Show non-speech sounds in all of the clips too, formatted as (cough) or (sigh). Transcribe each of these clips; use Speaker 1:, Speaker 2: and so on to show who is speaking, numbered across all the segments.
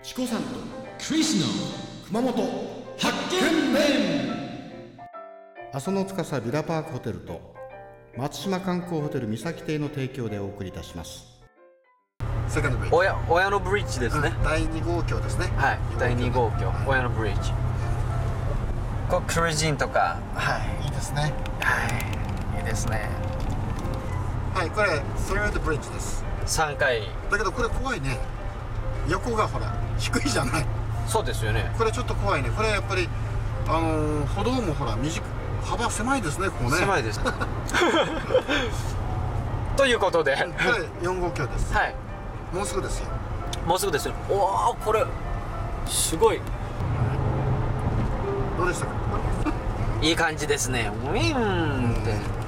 Speaker 1: チコさんとクリスの熊本発見面
Speaker 2: 阿蘇の司ビラパークホテルと松島観光ホテル三崎邸の提供でお送りいたします
Speaker 3: セカンドブリッジ
Speaker 4: 親親のブリッジですね、
Speaker 3: 第2号橋ですね
Speaker 4: はい第2号橋、
Speaker 3: は
Speaker 4: 親のブリッジこうクルージンとかはい
Speaker 3: いいですね
Speaker 4: はいいいですね
Speaker 3: はいこれそれードブリッジです
Speaker 4: 3回
Speaker 3: だけどこれ怖いね横がほら低いじゃない
Speaker 4: そうですよね
Speaker 3: これちょっと怖いねこれやっぱりあのー歩道もほら短く幅狭いですねここね
Speaker 4: 狭 (laughs) いですということで、
Speaker 3: これ4号橋です
Speaker 4: はい
Speaker 3: もうすぐですよ
Speaker 4: もうすぐですよおおこれすごい
Speaker 3: どうでしたか
Speaker 4: いい感じですねウィーンって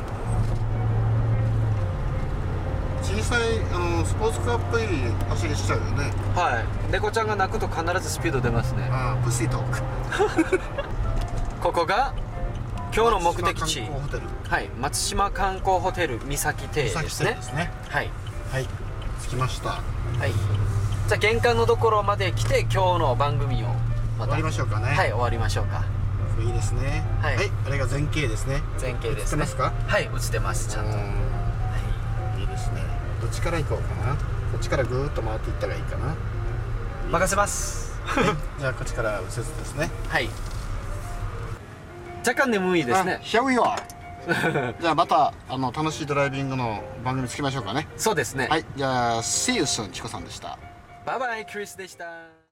Speaker 3: 小さい、あのースポーツカーっぽい走りしちゃうよね
Speaker 4: はい猫ちゃんが鳴くと必ずスピード出ますね
Speaker 3: あープシートーク
Speaker 4: ここが今日の目的地
Speaker 3: 松島観光ホテル
Speaker 4: はい松島観光ホテル三崎邸で
Speaker 3: 三
Speaker 4: す
Speaker 3: 崎
Speaker 4: ね
Speaker 3: ですね
Speaker 4: はい
Speaker 3: はい着きました
Speaker 4: はいじゃあ玄関のところまで来て今日の番組を
Speaker 3: 終
Speaker 4: また
Speaker 3: わりましょうかね
Speaker 4: はい終わりましょうか
Speaker 3: いいですね
Speaker 4: はい
Speaker 3: あれが前景ですね
Speaker 4: 前景です
Speaker 3: 映
Speaker 4: ね
Speaker 3: ってますか
Speaker 4: はい映ってますちゃんと
Speaker 3: う
Speaker 4: は
Speaker 3: んいいですねどっちから行こうかなこっちからぐーっと回っていったらいいか
Speaker 4: (laughs)
Speaker 3: な
Speaker 4: い任せます
Speaker 3: じゃあこっちから右折ですね
Speaker 4: はい若干眠いです
Speaker 3: あ
Speaker 4: ね
Speaker 3: Here we are (laughs) じゃあまたあの楽しいドライビングの番組つきましょうかね
Speaker 4: そうですね
Speaker 3: はいじゃあ See you soon チコさんでした
Speaker 4: バイバイクリスでした